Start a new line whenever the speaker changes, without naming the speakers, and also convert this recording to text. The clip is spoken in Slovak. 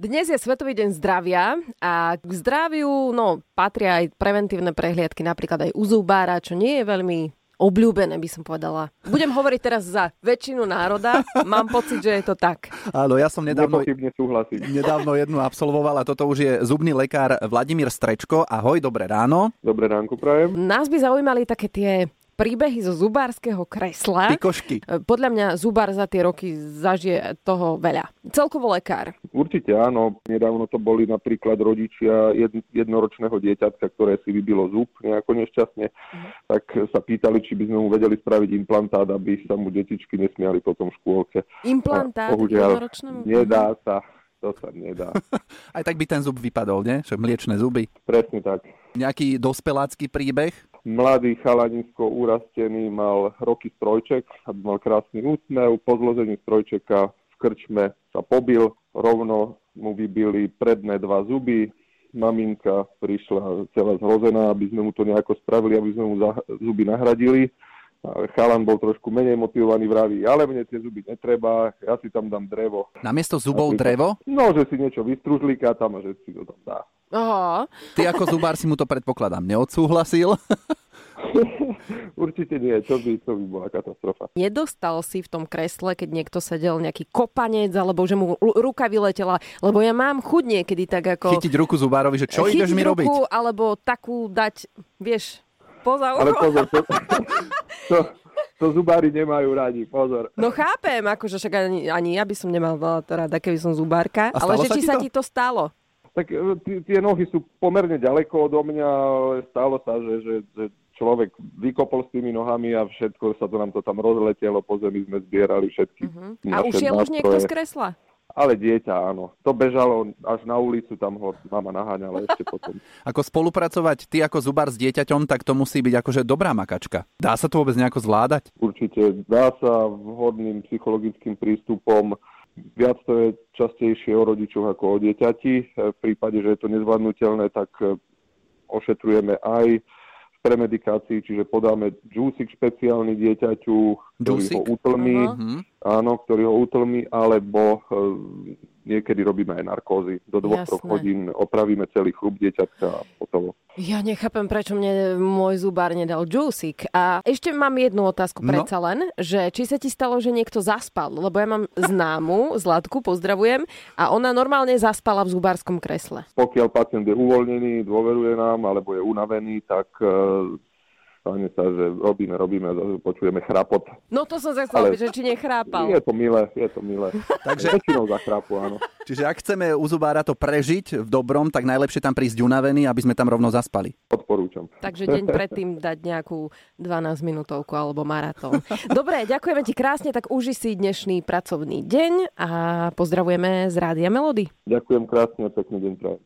Dnes je Svetový deň zdravia a k zdraviu no, patria aj preventívne prehliadky, napríklad aj u zubára, čo nie je veľmi obľúbené, by som povedala. Budem hovoriť teraz za väčšinu národa, mám pocit, že je to tak.
Áno, ja som
Teda
nedávno,
Nepochybne súhlasím.
nedávno jednu absolvoval a toto už je zubný lekár Vladimír Strečko. Ahoj, dobré ráno.
Dobré ránko prajem.
Nás by zaujímali také tie príbehy zo zubárskeho kresla.
Pikošky.
E, Podľa mňa zubár za tie roky zažije toho veľa. Celkovo lekár.
Určite áno, nedávno to boli napríklad rodičia jed- jednoročného dieťatka, ktoré si vybilo zub nejako nešťastne,
Mhm.
tak sa pýtali, či by sme mu vedeli spraviť implantát, aby sa mu detičky nesmiali potom v škôlke.
Implantát
bohužiaľ,
jednoročnému?
Nedá sa, to sa nedá.
Aj tak by ten zub vypadol, nie? Však mliečne zuby.
Presne tak.
Nejaký dospelácky príbeh?
Mladý chalanisko urastený mal roky strojček, aby mal krásny úsmev. Po zlození strojčeka v krčme sa pobil, rovno mu vybili predné dva zuby. Maminka prišla celá zhrozená, aby sme mu to nejako spravili, aby sme mu za- zuby nahradili. A Chalan bol trošku menej motivovaný, vraví, ale mne tie zuby netreba, ja si tam dám drevo.
Namiesto zubov
Napríklad.
drevo?
No, že si niečo vystružlíka tam a že si to tam dá.
Oho.
Ty ako zubár si mu to predpokladám neodsúhlasil.
Určite nie, to by, to by bola katastrofa.
Nedostal si v tom kresle, keď niekto sedel nejaký kopanec, alebo že mu lu- ruka vyletela, lebo ja mám chuť niekedy tak ako...
Chytiť ruku zubárovi, že čo ideš
chytiť
mi robiť?
ruku, alebo takú dať, vieš, poza
Ale
ucho.
pozor, to, to, to zubári nemajú radi, pozor.
No chápem, akože však ani, ani ja by som nemal veľa to rada, keby som zubárka,
A
ale
stalo
že či
sa ti
sa
to?
ti to stalo?
Tak e, t- tie nohy sú pomerne ďaleko odo mňa, ale stalo sa, že, že, že človek vykopol s tými nohami a všetko sa to nám to tam rozletelo, po zemi sme zbierali všetky.
Hm?
naše
A
No,
ušiel už
nástroje.
niekto z kresla?
Ale dieťa, áno. To bežalo až na ulicu, tam ho mama naháňala ešte potom.
Ako spolupracovať ty ako zubár s dieťaťom, tak to musí byť akože dobrá makačka. Dá sa to vôbec nejako zvládať?
Určite dá sa vhodným psychologickým prístupom. Viac to je častejšie o rodičoch ako o dieťati. E, V prípade, že je to nezvládnutelné, tak e, ošetrujeme aj v premedikácii, čiže podáme džúsik špeciálny dieťaťu, ktorý ho
Džúsik?
utlmi,
Aha.
Mhm.
áno, ktorý ho utlmi, alebo e, niekedy robíme aj narkózy. Do dvoch, troch
Jasné.
hodín opravíme celý chrup dieťatka a potom
Ja nechápem, prečo mne môj zubár nedal džúsik. A ešte mám jednu otázku
No.
predsa len, že či sa ti stalo, že niekto zaspal? Lebo ja mám známu, Zlatku, pozdravujem, a ona normálne zaspala v zubárskom kresle.
pokiaľ pacient je uvoľnený, dôveruje nám, alebo je unavený, tak e, stane sa, že robíme, robíme a zase počujeme chrapot.
No to som sa chcela
Ale-
opýtať, že či
Je
nechrápal.
to milé, je to milé.
Takže-
Väčšinou za chrapu, áno.
Čiže ak chceme u zubára to prežiť v dobrom, tak najlepšie tam prísť unavený, aby sme tam rovno zaspali.
Odporúčam.
Takže deň predtým dať nejakú 12 minútovku alebo maratón. Dobre, ďakujeme ti krásne, tak uži si dnešný pracovný deň a pozdravujeme z Rádia Melody.
Ďakujem krásne, pekný deň prajem.